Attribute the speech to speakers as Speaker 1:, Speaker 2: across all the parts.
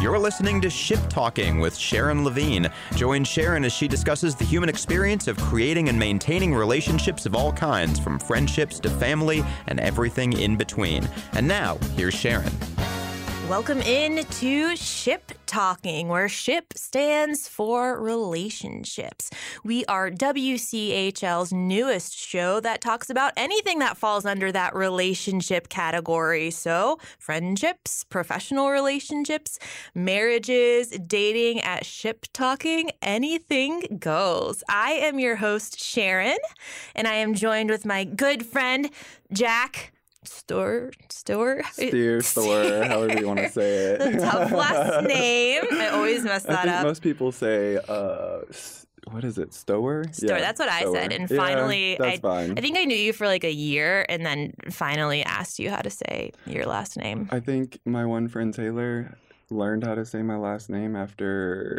Speaker 1: You're listening to Ship Talking with Sharon Levine. Join Sharon as she discusses the human experience of creating and maintaining relationships of all kinds, from friendships to family and everything in between. And now, here's Sharon.
Speaker 2: Welcome in to Ship Talking, where SHIP stands for relationships. We are WCHL's newest show that talks about anything that falls under that relationship category. So, friendships, professional relationships, marriages, dating at SHIP Talking, anything goes. I am your host, Sharon, and I am joined with my good friend, Jack. Stewart, Stewart,
Speaker 3: Steer, store, however you want to say it.
Speaker 2: the tough last name. I always mess
Speaker 3: I
Speaker 2: that
Speaker 3: think
Speaker 2: up.
Speaker 3: most people say, uh, s- what is it, stower?
Speaker 2: Stower, that's what I said, and
Speaker 3: Yeah,
Speaker 2: finally
Speaker 3: that's fine.
Speaker 2: I think I knew you for like a year and then finally asked you how to say your last name.
Speaker 3: I think my one friend Taylor learned how to say my last name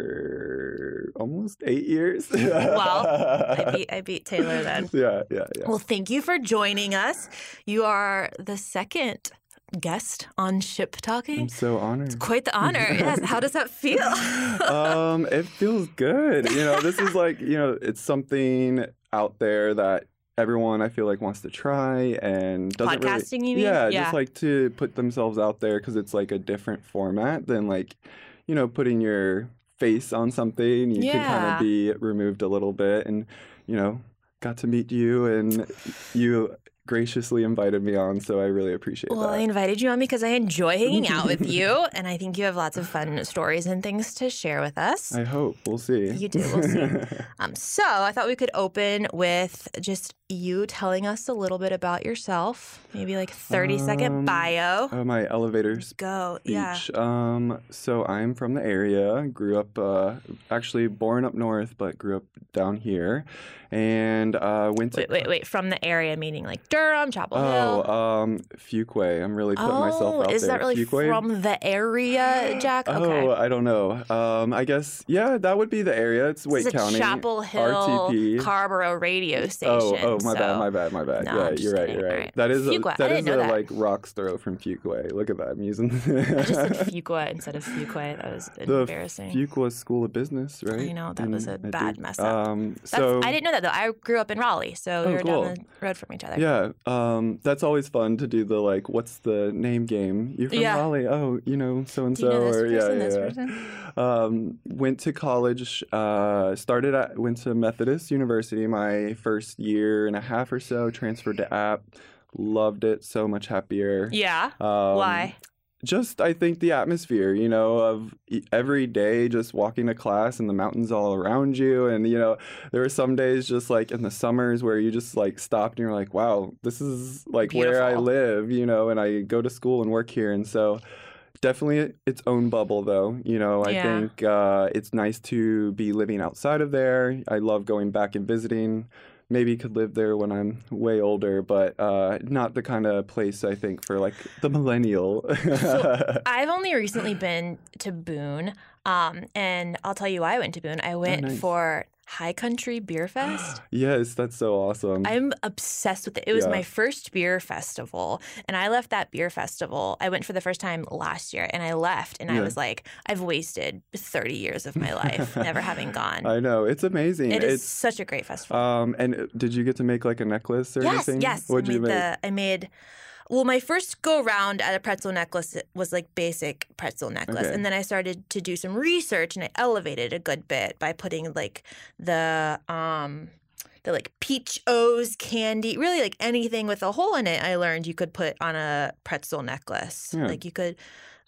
Speaker 3: after almost eight years.
Speaker 2: Well, I beat, I beat Taylor then.
Speaker 3: Yeah, yeah, yeah.
Speaker 2: Well, thank you for joining us. You are the second guest on Ship
Speaker 3: I'm
Speaker 2: Talking.
Speaker 3: so honored.
Speaker 2: Quite the honor. Yes. How does that feel?
Speaker 3: um, it feels good. You know, this is like, you know, it's something out there that everyone I feel like wants to try and doesn't really
Speaker 2: Podcasting, you mean?
Speaker 3: Yeah,
Speaker 2: Yeah.
Speaker 3: just like to put themselves out there because it's like a different format than like, you know, putting your face on something. You can kind
Speaker 2: Yeah.
Speaker 3: of be removed a little bit, and you know, got to meet you, and you graciously invited me on, so I really appreciate
Speaker 2: Well, I
Speaker 3: that.
Speaker 2: invited you on because I enjoy hanging out with you, and I think you have lots of fun stories and things to share with us.
Speaker 3: I hope we'll see.
Speaker 2: You do, we'll see. Um, so I thought we could open with just you telling us a little bit about yourself, maybe like thirty second
Speaker 3: Um,
Speaker 2: bio.
Speaker 3: oh, my elevator
Speaker 2: Go, yeah.
Speaker 3: Beach. Um, so I'm from the area. Grew up, uh, actually born up north, but grew up down here, and uh, went to.
Speaker 2: Wait, wait, wait. From the area, meaning like Durham, Chapel
Speaker 3: Oh,
Speaker 2: Hill.
Speaker 3: um, Fuquay. I'm really putting myself
Speaker 2: oh,
Speaker 3: out
Speaker 2: is
Speaker 3: there.
Speaker 2: that really
Speaker 3: Fuquay?
Speaker 2: from the area, Jack? Okay.
Speaker 3: Oh, I don't know. Um, I guess yeah, that would be the area. It's
Speaker 2: This
Speaker 3: Wake
Speaker 2: is a
Speaker 3: County.
Speaker 2: Chapel Hill,
Speaker 3: RTP.
Speaker 2: Carborough radio station.
Speaker 3: Oh, oh, my bad,
Speaker 2: so-
Speaker 3: my bad, my bad.
Speaker 2: No,
Speaker 3: yeah,
Speaker 2: I'm just
Speaker 3: you're right,
Speaker 2: kidding.
Speaker 3: you're right.
Speaker 2: All right.
Speaker 3: That is
Speaker 2: Fuquay.
Speaker 3: a,
Speaker 2: I
Speaker 3: that
Speaker 2: didn't
Speaker 3: is
Speaker 2: know
Speaker 3: a
Speaker 2: that.
Speaker 3: like rock's throw from Fuquay. Look at that. I'm using
Speaker 2: I just said Fuqua instead of Fuquay. That was
Speaker 3: the
Speaker 2: embarrassing.
Speaker 3: Fuqua School of Business, right?
Speaker 2: I know, that was a
Speaker 3: I
Speaker 2: bad
Speaker 3: think-
Speaker 2: mess up.
Speaker 3: Um,
Speaker 2: That's,
Speaker 3: so
Speaker 2: I didn't know that though. I grew up in Raleigh, so
Speaker 3: Oh,
Speaker 2: we were
Speaker 3: cool.
Speaker 2: down the road from each other.
Speaker 3: yeah, um, that's always fun to do the like, what's the name game? You from
Speaker 2: Yeah.
Speaker 3: Raleigh? Oh, you know, so and
Speaker 2: Do you know
Speaker 3: so,
Speaker 2: this
Speaker 3: or
Speaker 2: person,
Speaker 3: yeah,
Speaker 2: this
Speaker 3: yeah. Um, went to college. Uh, started at went to Methodist University my first year and a half or so. Transferred to App. Loved it so much happier.
Speaker 2: Yeah.
Speaker 3: Um,
Speaker 2: Why?
Speaker 3: just I think the atmosphere, you know, of e- every day just walking to class and the mountains all around you. And, you know, there were some days just like in the summers where you just like stopped and you're like, wow, this is like where I
Speaker 2: Beautiful.
Speaker 3: live, you know, and I go to school and work here. And so definitely its own bubble, though. You know, I
Speaker 2: Yeah.
Speaker 3: think uh, it's nice to be living outside of there. I love going back and visiting. Maybe could live there when I'm way older, but uh, not the kind of place I think for like the millennial.
Speaker 2: I've only recently been to Boone, um, and I'll tell you why I went to Boone. I went
Speaker 3: Oh, nice.
Speaker 2: for High Country Beer Fest.
Speaker 3: yes, that's so awesome.
Speaker 2: I'm obsessed with it. It was
Speaker 3: Yeah.
Speaker 2: my first beer festival, and I left that beer festival. I went for the first time last year, and I left, and I
Speaker 3: Yeah.
Speaker 2: was like, I've wasted 30 years of my life never having gone.
Speaker 3: I know it's amazing.
Speaker 2: it is
Speaker 3: it's
Speaker 2: such a great festival.
Speaker 3: um. And did you get to make like a necklace or
Speaker 2: yes,
Speaker 3: anything?
Speaker 2: Yes,
Speaker 3: What'd
Speaker 2: I made
Speaker 3: you make?
Speaker 2: The, I made. Well, my first go round at a pretzel necklace was like basic pretzel necklace,
Speaker 3: Okay.
Speaker 2: and then I started to do some research, and I elevated a good bit by putting like the um the like peach O's candy, really like anything with a hole in it. I learned you could put on a pretzel necklace,
Speaker 3: Yeah.
Speaker 2: like you could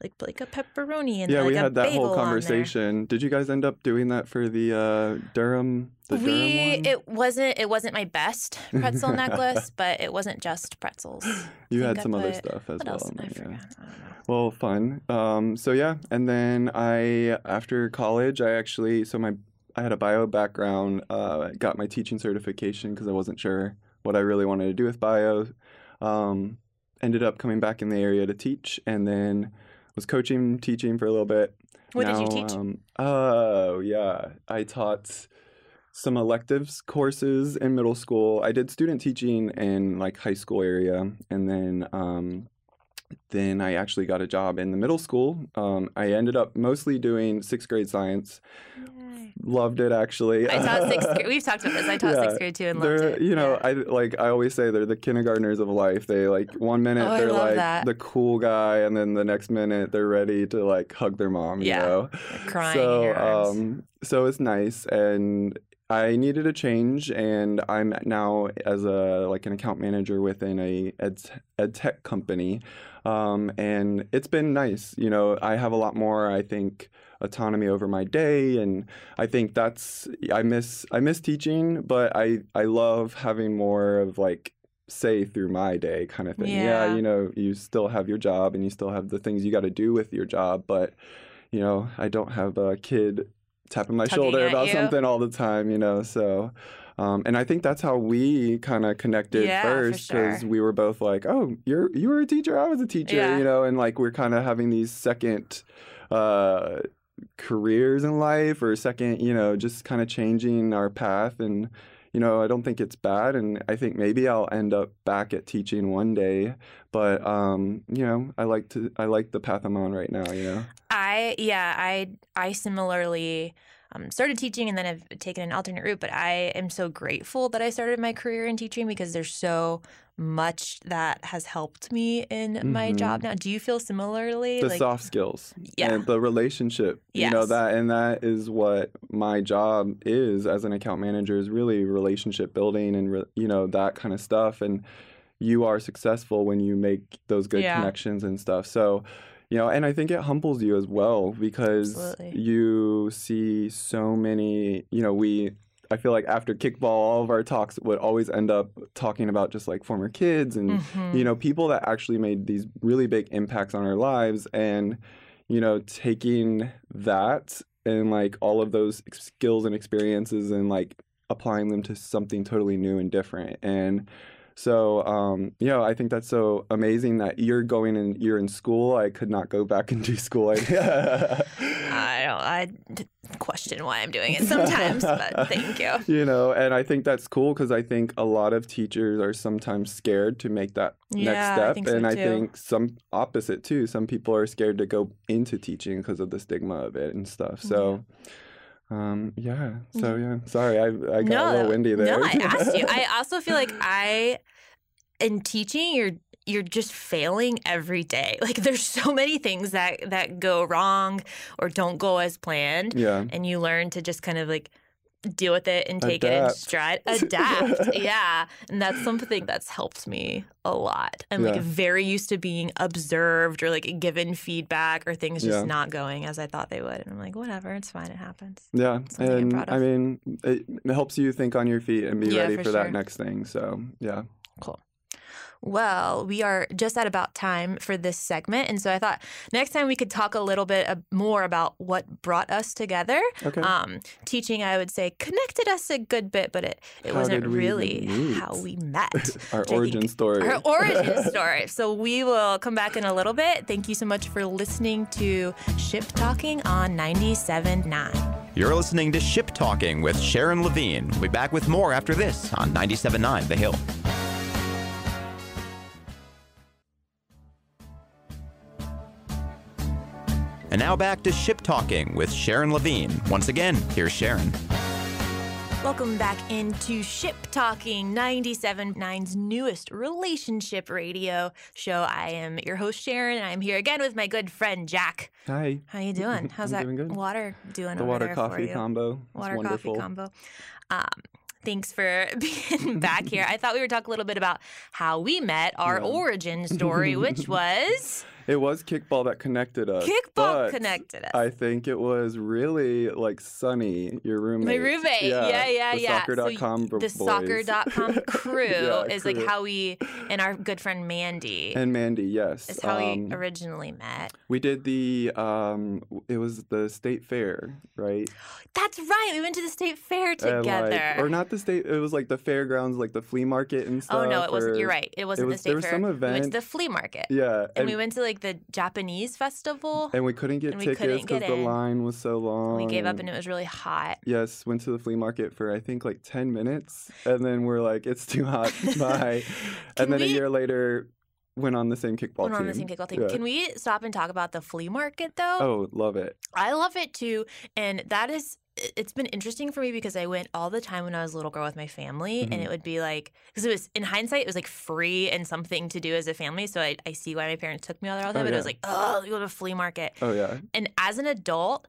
Speaker 2: like put like a pepperoni and
Speaker 3: yeah,
Speaker 2: like
Speaker 3: we
Speaker 2: a
Speaker 3: had that
Speaker 2: bagel
Speaker 3: whole
Speaker 2: on there.
Speaker 3: conversation. Did you guys end up doing that for the uh, Durham? The
Speaker 2: we
Speaker 3: Durham one?
Speaker 2: it wasn't it wasn't my best pretzel necklace, but it wasn't just pretzels. think
Speaker 3: You had
Speaker 2: I
Speaker 3: some other
Speaker 2: put-
Speaker 3: stuff as
Speaker 2: What
Speaker 3: well.
Speaker 2: else?
Speaker 3: in
Speaker 2: I
Speaker 3: there, yeah.
Speaker 2: forgot. I don't know.
Speaker 3: Well, fun. Um, so yeah, and then I after college, I actually so my I had a bio background, uh, got my teaching certification because I wasn't sure what I really wanted to do with bio. Um, ended up coming back in the area to teach, and then was coaching, teaching for a little bit.
Speaker 2: What did you
Speaker 3: Now,
Speaker 2: teach?
Speaker 3: Um, oh yeah, I taught some electives courses in middle school. I did student teaching in like high school area, and then um, then I actually got a job in the middle school. Um, I ended up mostly doing sixth grade science. Loved it actually.
Speaker 2: I taught sixth grade. We've talked about this. I taught
Speaker 3: Yeah.
Speaker 2: sixth grade too and loved
Speaker 3: They're,
Speaker 2: it.
Speaker 3: you know,
Speaker 2: Yeah.
Speaker 3: I like I always say they're the kindergartners of life. They like one minute
Speaker 2: Oh, I
Speaker 3: they're
Speaker 2: love
Speaker 3: like
Speaker 2: that.
Speaker 3: the cool guy, and then the next minute they're ready to like hug their mom. You
Speaker 2: Yeah.
Speaker 3: know,
Speaker 2: crying
Speaker 3: So,
Speaker 2: in your arms.
Speaker 3: um, so it's nice, and I needed a change, and I'm now as a like an account manager within a ed, ed tech company, um, and it's been nice. You know, I have a lot more. I think autonomy over my day and I think that's I miss I miss teaching but I I love having more of like say through my day kind of thing.
Speaker 2: Yeah.
Speaker 3: you know, you still have your job and you still have the things you got to do with your job, but you know, I don't have a kid tapping my
Speaker 2: Tugging
Speaker 3: shoulder
Speaker 2: at
Speaker 3: about
Speaker 2: you.
Speaker 3: something all the time, you know. So um, and I think that's how we kind of connected
Speaker 2: Yeah, for
Speaker 3: first
Speaker 2: sure.
Speaker 3: we were both like, "Oh, you're you were a teacher, I was a teacher,"
Speaker 2: Yeah.
Speaker 3: you know, and like we're kind of having these second uh, careers in life or second, you know, just kind of changing our path. And, you know, I don't think it's bad. And I think maybe I'll end up back at teaching one day. But, um, you know, I like to, I like the path I'm on right now, you know?
Speaker 2: I yeah, I I similarly um, started teaching and then I've taken an alternate route, but I am so grateful that I started my career in teaching because there's so much that has helped me in my
Speaker 3: Mhm.
Speaker 2: job now. Do you feel similarly?
Speaker 3: The soft skills.
Speaker 2: yeah.
Speaker 3: and the relationship you know
Speaker 2: Yes.
Speaker 3: that and that is what my job is as an account manager is really relationship building and re- you know that kind of stuff and you are successful when you make those good
Speaker 2: Yeah.
Speaker 3: connections and stuff so you know and i think it humbles you as well because
Speaker 2: Absolutely.
Speaker 3: you see so many you know we I feel like after kickball, all of our talks would always end up talking about just like former kids and
Speaker 2: Mhm.
Speaker 3: you know people that actually made these really big impacts on our lives and you know taking that and like all of those ex- skills and experiences and like applying them to something totally new and different and so um you know i think that's so amazing that you're going and you're in school i could not go back and do school I-
Speaker 2: I don't. I d- question why I'm doing it sometimes, but thank you.
Speaker 3: you know and i think that's cool because i think a lot of teachers are sometimes scared to make that
Speaker 2: Yeah, I
Speaker 3: next step
Speaker 2: think so
Speaker 3: and i
Speaker 2: too.
Speaker 3: think some opposite too some people are scared to go into teaching because of the stigma of it and stuff so um yeah so yeah sorry i, I got a little windy there
Speaker 2: Mm. No, I asked you. I also feel like I in teaching you're you're just failing every day. Like there's so many things that that go wrong or don't go as planned
Speaker 3: yeah
Speaker 2: and you learn to just kind of like deal with it and take it in
Speaker 3: Adapt.
Speaker 2: stride. Adapt. yeah. And that's something that's helped me a lot. I'm like
Speaker 3: Yeah.
Speaker 2: very used to being observed or like given feedback or things just
Speaker 3: Yeah.
Speaker 2: not going as I thought they would. And I'm like, whatever, it's fine, it happens.
Speaker 3: yeah
Speaker 2: Something I'm
Speaker 3: and
Speaker 2: proud
Speaker 3: i
Speaker 2: of.
Speaker 3: mean it helps you think on your feet and be
Speaker 2: Yeah,
Speaker 3: ready
Speaker 2: for
Speaker 3: for, that
Speaker 2: sure.
Speaker 3: next thing so yeah
Speaker 2: Well, we are just at about time for this segment. And so I thought next time we could talk a little bit ab- more about what brought us together.
Speaker 3: okay
Speaker 2: Um, teaching, I would say, connected us a good bit, but it, it
Speaker 3: How
Speaker 2: wasn't
Speaker 3: did we
Speaker 2: really
Speaker 3: even meet?
Speaker 2: how we met.
Speaker 3: our
Speaker 2: which I
Speaker 3: origin
Speaker 2: think-
Speaker 3: story
Speaker 2: Our origin story. So we will come back in a little bit. Thank you so much for listening to Ship Talking on 97.9.
Speaker 1: You're listening to Ship Talking with Sharon Levine. We'll be back with more after this on 97.9 The Hill. And now back to Ship Talking with Sharon Levine. Once again, here's Sharon.
Speaker 2: Welcome back into Ship Talking 97.9's newest relationship radio show. I am your host, Sharon, and I'm here again with my good friend, Jack.
Speaker 3: hi
Speaker 2: How you doing? How's
Speaker 3: Mm-hmm. I'm
Speaker 2: that
Speaker 3: doing good.
Speaker 2: water doing
Speaker 3: the
Speaker 2: over
Speaker 3: water
Speaker 2: there
Speaker 3: coffee
Speaker 2: for you?
Speaker 3: combo It's
Speaker 2: water
Speaker 3: wonderful
Speaker 2: coffee combo. Um, thanks for being back here. I thought we would talk a little bit about how we met, our
Speaker 3: Yeah.
Speaker 2: origin story, which was
Speaker 3: It was kickball that connected us.
Speaker 2: kickball
Speaker 3: but
Speaker 2: connected us.
Speaker 3: I think it was really like Sunny, your roommate.
Speaker 2: My roommate. Yeah, yeah, yeah.
Speaker 3: the
Speaker 2: So
Speaker 3: Soccer.com bro-
Speaker 2: the
Speaker 3: boys.
Speaker 2: soccer.com crew
Speaker 3: Yeah,
Speaker 2: is like
Speaker 3: crew.
Speaker 2: how we and our good friend Mandy
Speaker 3: And Mandy, yes.
Speaker 2: is how
Speaker 3: Um,
Speaker 2: we originally met.
Speaker 3: we did the, um, w- it was the state fair, right?
Speaker 2: That's right. We went to the state fair
Speaker 3: And, like-
Speaker 2: together.
Speaker 3: or not the state, it was like the fairgrounds, like the flea market and stuff.
Speaker 2: oh no, it wasn't.
Speaker 3: or-
Speaker 2: You're right. It wasn't
Speaker 3: was-
Speaker 2: the state
Speaker 3: there was
Speaker 2: fair.
Speaker 3: some
Speaker 2: We went to
Speaker 3: event-
Speaker 2: the flea market.
Speaker 3: Yeah.
Speaker 2: And, we went to like the Japanese festival.
Speaker 3: and we couldn't get
Speaker 2: and we couldn't
Speaker 3: tickets
Speaker 2: get
Speaker 3: the
Speaker 2: in.
Speaker 3: line was so long.
Speaker 2: we gave up and it was really hot.
Speaker 3: Yes, went to the flea market for I think like 10 minutes and then we're like, it's too hot. Bye.
Speaker 2: Can
Speaker 3: and then a
Speaker 2: we-
Speaker 3: year later, went on the same kickball
Speaker 2: We're
Speaker 3: team.
Speaker 2: on the same kickball team.
Speaker 3: Yeah.
Speaker 2: Can we stop and talk about the flea market though?
Speaker 3: Oh, love it.
Speaker 2: I love it too. And that is, it- it's been interesting for me because I went all the time when I was a little girl with my family. And
Speaker 3: Mhm.
Speaker 2: it would be like, because it was, in hindsight, it was like free and something to do as a family. So I, I see why my parents took me all there all the
Speaker 3: Oh,
Speaker 2: time. but it
Speaker 3: yeah.
Speaker 2: was like, oh, you go to a flea market.
Speaker 3: Oh yeah.
Speaker 2: And as an adult,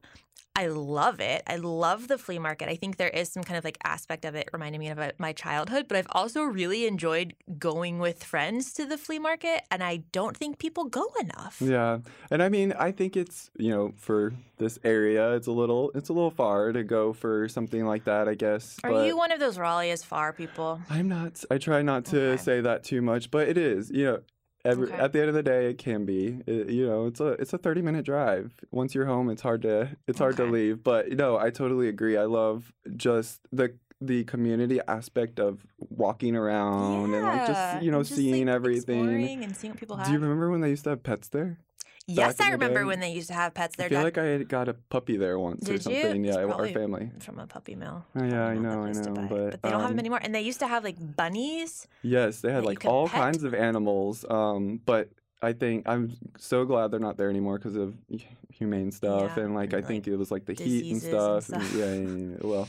Speaker 2: I love it. I love the flea market. I think there is some kind of like aspect of it reminding me of uh, my childhood, but I've also really enjoyed going with friends to the flea market. And I don't think people go enough.
Speaker 3: Yeah. And I mean, I think it's, you know, for this area, it's a little it's a little far to go for something like that, I guess.
Speaker 2: Are
Speaker 3: but
Speaker 2: you one of those Raleigh is far people?
Speaker 3: I'm not I try not to
Speaker 2: Okay.
Speaker 3: say that too much, but it is, you know, every,
Speaker 2: Okay.
Speaker 3: at the end of the day it can be. It- you know, it's a it's a 30-minute drive. Once you're home, it's hard to it's hard to
Speaker 2: Okay.
Speaker 3: leave, but no, I totally agree. I love just the the community aspect of walking around and like
Speaker 2: Yeah,
Speaker 3: just, you know,
Speaker 2: and just, like,
Speaker 3: seeing everything.
Speaker 2: exploring and seeing what people have.
Speaker 3: Do you remember when they used to have pets there?
Speaker 2: yes,
Speaker 3: back
Speaker 2: I
Speaker 3: in the
Speaker 2: remember
Speaker 3: day?
Speaker 2: when they used to have pets.
Speaker 3: I
Speaker 2: Their
Speaker 3: feel
Speaker 2: dad
Speaker 3: like I had got a puppy there once or
Speaker 2: Did you?
Speaker 3: something.
Speaker 2: It's
Speaker 3: Yeah, our
Speaker 2: probably-
Speaker 3: family.
Speaker 2: from a puppy mill.
Speaker 3: Oh, yeah, I
Speaker 2: Probably not the
Speaker 3: know, I
Speaker 2: place to
Speaker 3: know,
Speaker 2: buy it.
Speaker 3: but,
Speaker 2: they don't have them
Speaker 3: um,
Speaker 2: anymore. And they used to have like bunnies.
Speaker 3: Yes, they had
Speaker 2: that you
Speaker 3: like
Speaker 2: could
Speaker 3: all
Speaker 2: pet?
Speaker 3: kinds of animals. Um, but I think I'm so glad they're not there anymore because of h- humane stuff
Speaker 2: Yeah,
Speaker 3: and like I
Speaker 2: and,
Speaker 3: think it was like the heat and
Speaker 2: diseases and
Speaker 3: stuff. and-
Speaker 2: stuff.
Speaker 3: yeah, yeah, yeah, well.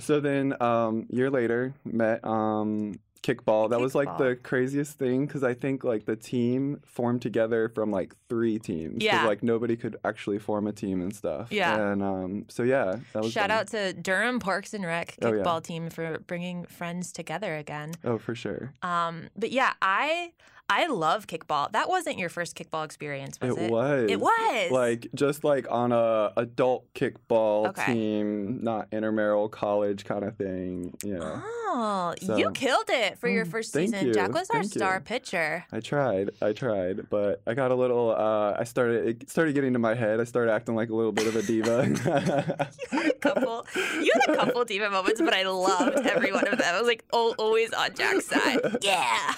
Speaker 3: So then, um, year later, met um kickball. That was like
Speaker 2: Kickball.
Speaker 3: the craziest thing because I think like the team formed together from like three teams. 'cause,
Speaker 2: Yeah.
Speaker 3: Like nobody could actually form a team and stuff.
Speaker 2: Yeah.
Speaker 3: And um, so yeah, that was
Speaker 2: Shout
Speaker 3: fun.
Speaker 2: out to Durham Parks and Rec
Speaker 3: Oh, yeah.
Speaker 2: kickball team for bringing friends together again.
Speaker 3: Oh, for sure.
Speaker 2: Um, but yeah, I I love kickball. That wasn't your first kickball experience, was it?
Speaker 3: was.
Speaker 2: It was.
Speaker 3: Like just like on a adult kickball
Speaker 2: Okay.
Speaker 3: team, not intramural college kind of thing. Yeah.
Speaker 2: Oh, you
Speaker 3: So-
Speaker 2: killed it for your
Speaker 3: Mm,
Speaker 2: first
Speaker 3: thank
Speaker 2: season. Jack
Speaker 3: you,
Speaker 2: was our
Speaker 3: thank
Speaker 2: star
Speaker 3: you.
Speaker 2: pitcher.
Speaker 3: I tried, I tried, but I got a little. Uh, I started. It started getting to my head. I started acting like a little bit of a diva.
Speaker 2: You had a couple. You had a couple diva moments, but I loved every one of them. I was like, oh, always on Jack's side. Yeah.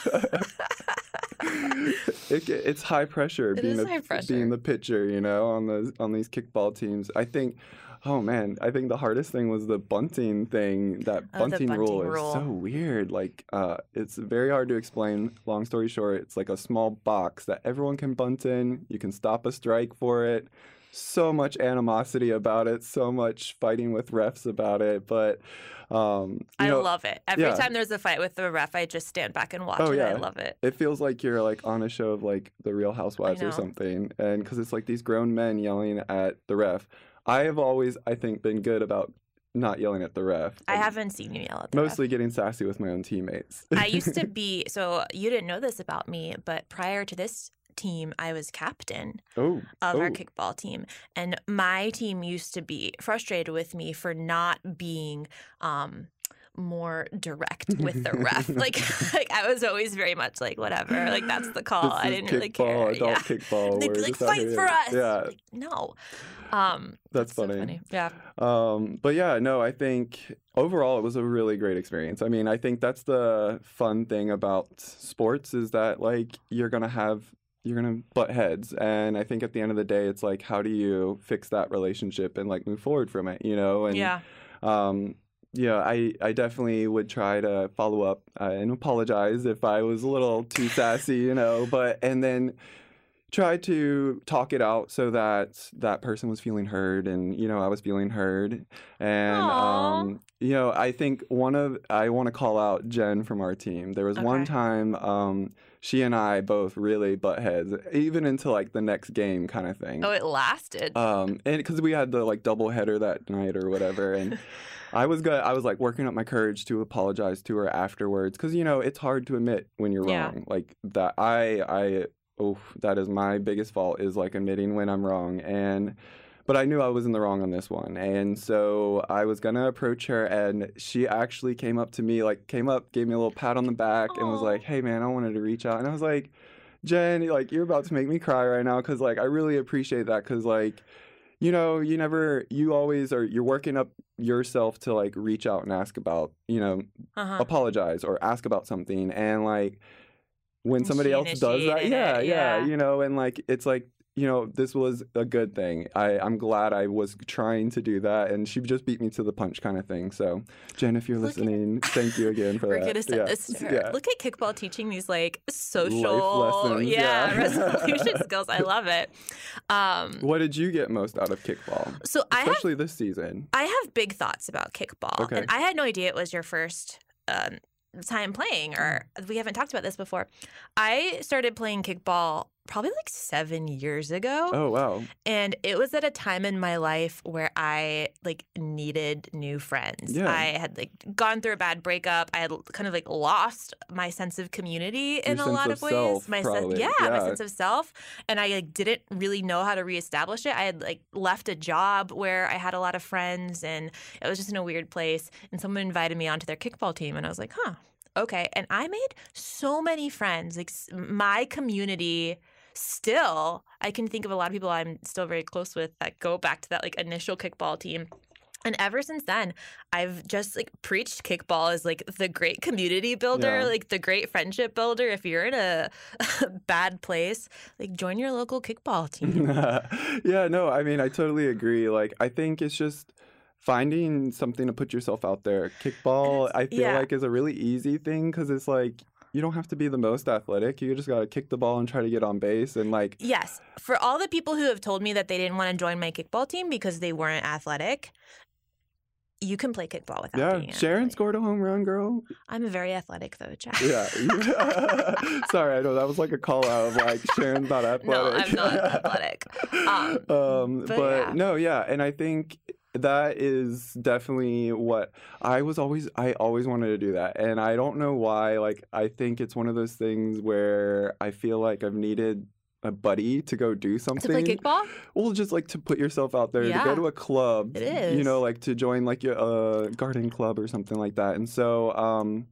Speaker 3: it, ge- it's high pressure
Speaker 2: It
Speaker 3: being
Speaker 2: is
Speaker 3: the,
Speaker 2: high pressure.
Speaker 3: being the pitcher, you know, on the on these kickball teams. I think, oh man, I think the hardest thing was the bunting thing. That
Speaker 2: Oh, the
Speaker 3: bunting, rule,
Speaker 2: bunting rule.
Speaker 3: is so weird. Like, uh, it's very hard to explain. Long story short, it's like a small box that everyone can bunt in. You can stop a strike for it. So much animosity about it. So much fighting with refs about it. But um, you
Speaker 2: I
Speaker 3: know,
Speaker 2: love it. Every
Speaker 3: yeah.
Speaker 2: time there's a fight with the ref, I just stand back and watch
Speaker 3: Oh,
Speaker 2: it. I
Speaker 3: yeah.
Speaker 2: love it.
Speaker 3: It feels like you're like on a show of like The Real Housewives
Speaker 2: know.
Speaker 3: or something, and because it's like these grown men yelling at the ref. I have always, I think, been good about not yelling at the ref.
Speaker 2: I
Speaker 3: and
Speaker 2: haven't seen you yell at the ref.
Speaker 3: mostly getting sassy with my own teammates.
Speaker 2: I used to be, so you didn't know this about me, but prior to this team, I was captain.
Speaker 3: oh,
Speaker 2: of our
Speaker 3: Oh.
Speaker 2: kickball team. And my team used to be frustrated with me for not being um more direct with the ref. like, like I was always very much like, whatever, like that's the call.
Speaker 3: this
Speaker 2: oh, I
Speaker 3: is
Speaker 2: didn't
Speaker 3: kickball,
Speaker 2: really care.
Speaker 3: adult
Speaker 2: yeah.
Speaker 3: kickball.
Speaker 2: They'd
Speaker 3: we're
Speaker 2: be like,
Speaker 3: just out
Speaker 2: fight
Speaker 3: here."
Speaker 2: for us.
Speaker 3: Yeah,
Speaker 2: Like, no. Um
Speaker 3: that's
Speaker 2: so
Speaker 3: funny.
Speaker 2: Yeah.
Speaker 3: Um, but yeah, no, I think overall it was a really great experience. I mean, I think that's the fun thing about sports is that like you're gonna have you're gonna butt heads, and I think at the end of the day, it's like how do you fix that relationship and like move forward from it, you know? And
Speaker 2: yeah.
Speaker 3: um, yeah, I I definitely would try to follow up uh, and apologize if I was a little too sassy, you know. But and then try to talk it out so that that person was feeling heard and you know I was feeling heard and
Speaker 2: Aw.
Speaker 3: um you know I think one of I want to call out Jen from our team there was one
Speaker 2: Okay.
Speaker 3: time um she and I both really butt heads even into like the next game kind of thing
Speaker 2: Oh, it lasted.
Speaker 3: um and because we had the like double header that night or whatever and I was good. I was like working up my courage to apologize to her afterwards because you know it's hard to admit when you're
Speaker 2: Yeah.
Speaker 3: wrong. Like that, I, I, oh, that is my biggest fault is like admitting when I'm wrong. And but I knew I was in the wrong on this one, and so I was gonna approach her, and she actually came up to me, like came up, gave me a little pat on the back, and was
Speaker 2: Aw.
Speaker 3: like, "Hey, man, I wanted to reach out," and I was like. Jen, like you're about to make me cry right now because like I really appreciate that because like you know you never you always are you're working up yourself to like reach out and ask about you know
Speaker 2: uh-huh.
Speaker 3: apologize or ask about something and like when
Speaker 2: And
Speaker 3: somebody
Speaker 2: she
Speaker 3: else does that
Speaker 2: initiated
Speaker 3: yeah,
Speaker 2: it,
Speaker 3: yeah
Speaker 2: yeah.
Speaker 3: you know and like it's like you know, this was a good thing. I, I'm glad I was trying to do that, and she just beat me to the punch, kind of thing. So, Jen, if you're
Speaker 2: Look at-
Speaker 3: listening, thank you again for
Speaker 2: We're
Speaker 3: that.
Speaker 2: gonna send
Speaker 3: Yeah.
Speaker 2: this to her.
Speaker 3: Yeah.
Speaker 2: Look at kickball teaching these like social,
Speaker 3: lessons,
Speaker 2: yeah,
Speaker 3: yeah.
Speaker 2: resolution skills. I love it. Um,
Speaker 3: What did you get most out of kickball,
Speaker 2: so I have
Speaker 3: especially this season?
Speaker 2: I have big thoughts about kickball,
Speaker 3: Okay.
Speaker 2: and I had no idea it was your first um, time playing, or we haven't talked about this before. I started playing kickball probably like seven years ago,
Speaker 3: Oh wow!
Speaker 2: and it was at a time in my life where I like needed new friends.
Speaker 3: Yeah.
Speaker 2: I had like gone through a bad breakup. I had l- kind of like lost my sense of community in a
Speaker 3: sense
Speaker 2: lot
Speaker 3: of
Speaker 2: of, ways.
Speaker 3: self,
Speaker 2: my
Speaker 3: probably.
Speaker 2: yeah, my
Speaker 3: Yeah.
Speaker 2: sense of self, and I like didn't really know how to reestablish it. I had like left a job where I had a lot of friends, and it was just in a weird place. And someone invited me onto their kickball team, and I was like, huh. Okay, and I made so many friends. Like s- my community still i can think of a lot of people i'm still very close with that go back to that like initial kickball team and ever since then i've just like preached kickball as like the great community builder
Speaker 3: Yeah.
Speaker 2: like the great friendship builder if you're in a bad place like join your local kickball team
Speaker 3: yeah, no, I mean, I totally agree. Like, I think it's just finding something to put yourself out there. Kickball,
Speaker 2: it's-
Speaker 3: I feel
Speaker 2: yeah.
Speaker 3: like, is a really easy thing because it's like you don't have to be the most athletic. You just got to kick the ball and try to get on base. And, like,
Speaker 2: yes for all the people who have told me that they didn't want to join my kickball team because they weren't athletic you can play kickball without
Speaker 3: yeah,
Speaker 2: being
Speaker 3: Sharon
Speaker 2: athletic.
Speaker 3: scored a home run, girl.
Speaker 2: i'm very athletic though Jack.
Speaker 3: Yeah. Sorry, I know that was like a call out of like Sharon's not
Speaker 2: no
Speaker 3: athletic.
Speaker 2: i'm not athletic Um,
Speaker 3: Um,
Speaker 2: but
Speaker 3: but
Speaker 2: yeah.
Speaker 3: no, yeah, and I think that is definitely what I was always I always wanted to do that, and I don't know why. Like, I think it's one of those things where I feel like I've needed a buddy to go
Speaker 2: to
Speaker 3: do something.
Speaker 2: play kickball
Speaker 3: Well, just like to put yourself out there, to
Speaker 2: Yeah.
Speaker 3: go to a club,
Speaker 2: It
Speaker 3: you know,
Speaker 2: is.
Speaker 3: like to join like your uh, garden club or something like that. And so, um,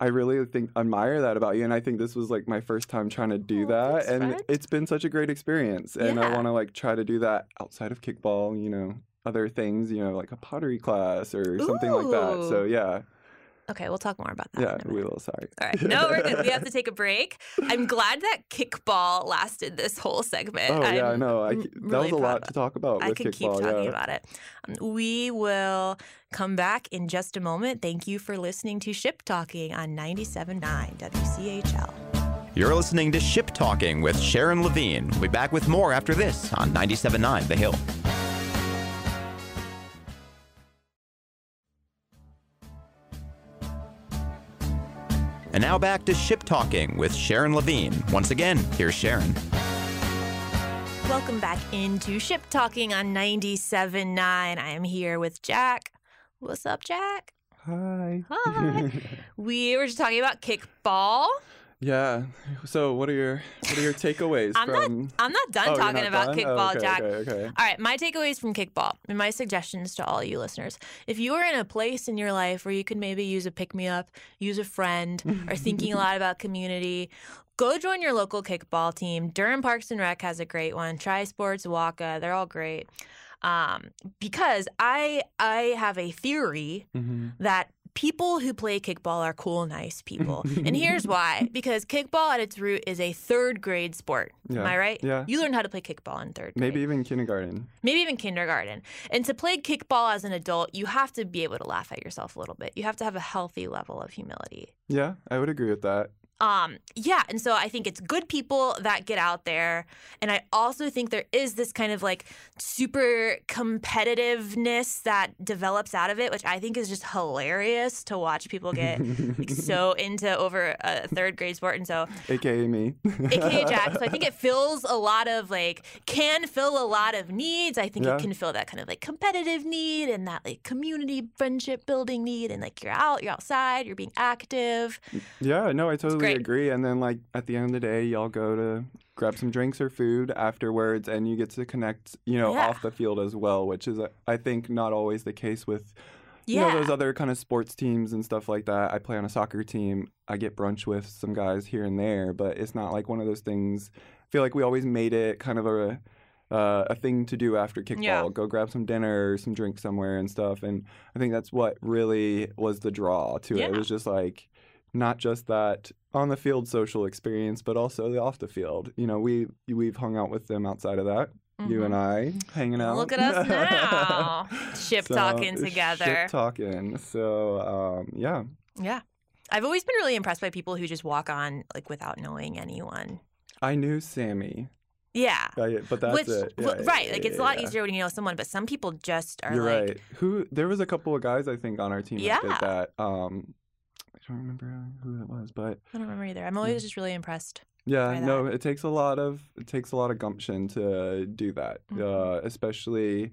Speaker 3: I really think admire that about you, and I think this was like my first time trying to do
Speaker 2: Aw,
Speaker 3: that,
Speaker 2: Oh, thanks,
Speaker 3: and
Speaker 2: Fred.
Speaker 3: it's been such a great experience. And I
Speaker 2: Yeah.
Speaker 3: want to like try to do that outside of kickball, you know, other things, you know, like a pottery class or something like that. So
Speaker 2: Ooh.
Speaker 3: yeah,
Speaker 2: Okay, we'll talk more about that.
Speaker 3: yeah,
Speaker 2: in a
Speaker 3: we
Speaker 2: minute.
Speaker 3: will. Sorry.
Speaker 2: All right. No, we're good. We have to take a break. I'm glad that kickball lasted this whole segment.
Speaker 3: Oh yeah, I
Speaker 2: I'm-
Speaker 3: know. I,
Speaker 2: m-
Speaker 3: c- that
Speaker 2: really
Speaker 3: was a
Speaker 2: proud
Speaker 3: lot
Speaker 2: of-
Speaker 3: to talk about
Speaker 2: I
Speaker 3: with
Speaker 2: could keep
Speaker 3: kickball.
Speaker 2: talking
Speaker 3: yeah.
Speaker 2: about it. Um, We will come back in just a moment. Thank you for listening to Ship Talking on 97.9 WCHL.
Speaker 1: You're listening to Ship Talking with Sharon Levine. We'll be back with more after this on 97.9 The Hill. And now back to Ship Talking with Sharon Levine. Once again, here's Sharon.
Speaker 2: Welcome back into Ship Talking on 97.9. I am here with Jack. What's up, Jack?
Speaker 3: Hi.
Speaker 2: Hi. We were just talking about kickball.
Speaker 3: Yeah. So, what are your what are your takeaways
Speaker 2: I'm not
Speaker 3: from?
Speaker 2: I'm not done
Speaker 3: Oh, you're
Speaker 2: talking
Speaker 3: not
Speaker 2: about
Speaker 3: done? Oh,
Speaker 2: kickball,
Speaker 3: okay,
Speaker 2: Jack.
Speaker 3: Okay, okay.
Speaker 2: All right, my takeaways from kickball and my suggestions to all you listeners. If you are in a place in your life where you could maybe use a pick me up, use a friend, or thinking a lot about community, go join your local kickball team. Durham Parks and Rec has a great one. Tri Sports, Waka, they're all great. Um, because I I have a theory
Speaker 3: Mhm.
Speaker 2: that people who play kickball are cool, nice people. and here's why because kickball at its root is a third grade sport. Am
Speaker 3: Yeah.
Speaker 2: I right?
Speaker 3: Yeah.
Speaker 2: You learned how to play kickball in third grade.
Speaker 3: Maybe even kindergarten.
Speaker 2: Maybe even kindergarten. And to play kickball as an adult, you have to be able to laugh at yourself a little bit. You have to have a healthy level of humility.
Speaker 3: Yeah, I would agree with that.
Speaker 2: Um, yeah, and so I think it's good people that get out there. And I also think there is this kind of like super competitiveness that develops out of it, which I think is just hilarious to watch people get like so into over a third grade sport. And so
Speaker 3: AKA me.
Speaker 2: aka Jack. So I think it fills a lot of like can fill a lot of needs. I think
Speaker 3: Yeah.
Speaker 2: it can fill that kind of like competitive need and that like community friendship building need and like you're out, you're outside, you're being active.
Speaker 3: yeah, no, I totally
Speaker 2: great.
Speaker 3: agree. And then, like, at the end of the day, y'all go to grab some drinks or food afterwards, and you get to connect, you know,
Speaker 2: Yeah.
Speaker 3: off the field as well, which is, uh, I think, not always the case with
Speaker 2: Yeah.
Speaker 3: You know those other kind of sports teams and stuff like that. I play on a soccer team. I get brunch with some guys here and there, but it's not like one of those things. I feel like we always made it kind of a uh, a thing to do after kickball.
Speaker 2: Yeah.
Speaker 3: Go grab some dinner, or some drink somewhere, and stuff. And I think that's what really was the draw to it.
Speaker 2: Yeah.
Speaker 3: It was just like not just that on the field social experience, but also the off the field. You know, we we've hung out with them outside of that.
Speaker 2: Mm-hmm.
Speaker 3: You and I hanging out.
Speaker 2: Look at us now. Ship talking together.
Speaker 3: Ship talking. So um, yeah,
Speaker 2: Yeah. I've always been really impressed by people who just walk on like without knowing anyone.
Speaker 3: I knew Sammy,
Speaker 2: Yeah.
Speaker 3: I, but that's
Speaker 2: Which,
Speaker 3: it.
Speaker 2: w-
Speaker 3: Yeah,
Speaker 2: right.
Speaker 3: yeah,
Speaker 2: Like, it's a
Speaker 3: yeah,
Speaker 2: lot
Speaker 3: yeah.
Speaker 2: easier when you know someone, but some people just are
Speaker 3: You're
Speaker 2: like,
Speaker 3: right. Who there was a couple of guys I think on our team that
Speaker 2: Yeah.
Speaker 3: did that. Um, I don't remember who it was, but
Speaker 2: I don't remember either. I'm
Speaker 3: Mm.
Speaker 2: always just really impressed.
Speaker 3: Yeah,
Speaker 2: try
Speaker 3: no, it takes a lot of it takes a lot of gumption to do that,
Speaker 2: Mhm.
Speaker 3: uh, especially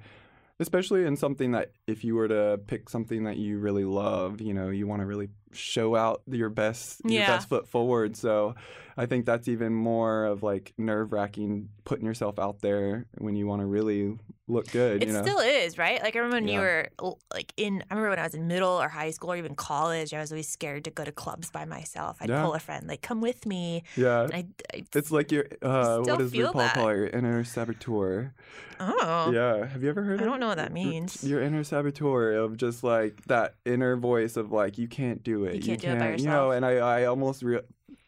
Speaker 3: especially in something that if you were to pick something that you really love, you know, you want to really show out your best your
Speaker 2: Yeah.
Speaker 3: best foot forward. So I think that's even more of like nerve wracking putting yourself out there when you want to really look good.
Speaker 2: It
Speaker 3: you know,
Speaker 2: still is, right? Like I remember when
Speaker 3: Yeah.
Speaker 2: you were l- like in. I remember when I was in middle or high school or even college. I was always scared to go to clubs by myself. I'd
Speaker 3: Yeah.
Speaker 2: pull a friend, like, "Come with me."
Speaker 3: yeah.
Speaker 2: And I, I
Speaker 3: It's like your uh,
Speaker 2: still
Speaker 3: what does
Speaker 2: feel
Speaker 3: RuPaul
Speaker 2: that.
Speaker 3: call it? your inner saboteur?
Speaker 2: oh,
Speaker 3: Yeah. Have you ever heard
Speaker 2: I
Speaker 3: of
Speaker 2: don't know what that
Speaker 3: r-
Speaker 2: means.
Speaker 3: Your inner saboteur of just like that inner voice of like you can't do it.
Speaker 2: can't do it by
Speaker 3: You know,
Speaker 2: yourself.
Speaker 3: and I, I almost re-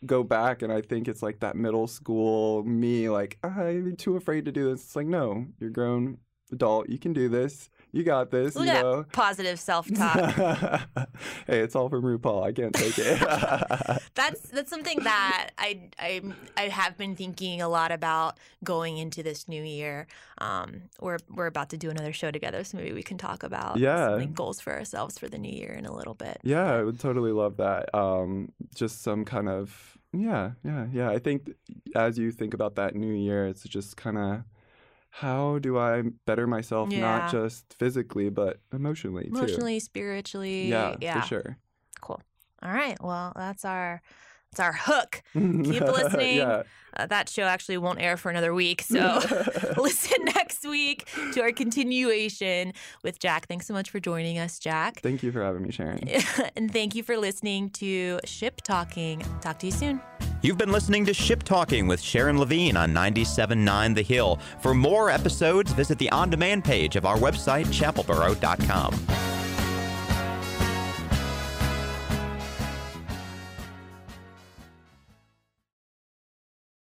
Speaker 3: go back and I think it's like that middle school me like I'm too afraid to do this. It's like no, you're a grown adult. You can do this. You got this.
Speaker 2: Look
Speaker 3: you
Speaker 2: at
Speaker 3: know.
Speaker 2: positive self talk.
Speaker 3: hey, it's all from RuPaul. I can't take it.
Speaker 2: that's that's something that I I I have been thinking a lot about going into this new year. Um, we're we're about to do another show together, so maybe we can talk about
Speaker 3: Yeah.
Speaker 2: some, like, goals for ourselves for the new year in a little bit.
Speaker 3: Yeah, I would totally love that. Um, just some kind of yeah, yeah, yeah. I think th- as you think about that new year, it's just kind of how do I better myself,
Speaker 2: Yeah.
Speaker 3: not just physically but emotionally,
Speaker 2: Emotionally,
Speaker 3: too.
Speaker 2: spiritually,
Speaker 3: Yeah,
Speaker 2: yeah.
Speaker 3: for sure.
Speaker 2: All right. Well, that's our that's our hook. listening.
Speaker 3: yeah.
Speaker 2: Uh, that show actually won't air for another week, so listen next week to our continuation with Jack. Thanks so much for joining us, Jack.
Speaker 3: Thank you for having me, Sharon.
Speaker 2: and thank you for listening to Ship Talking. Talk to you soon.
Speaker 1: You've been listening to Ship Talking with Sharon Levine on 97.9 The Hill. For more episodes, visit the on demand page of our website, chapelboro.com.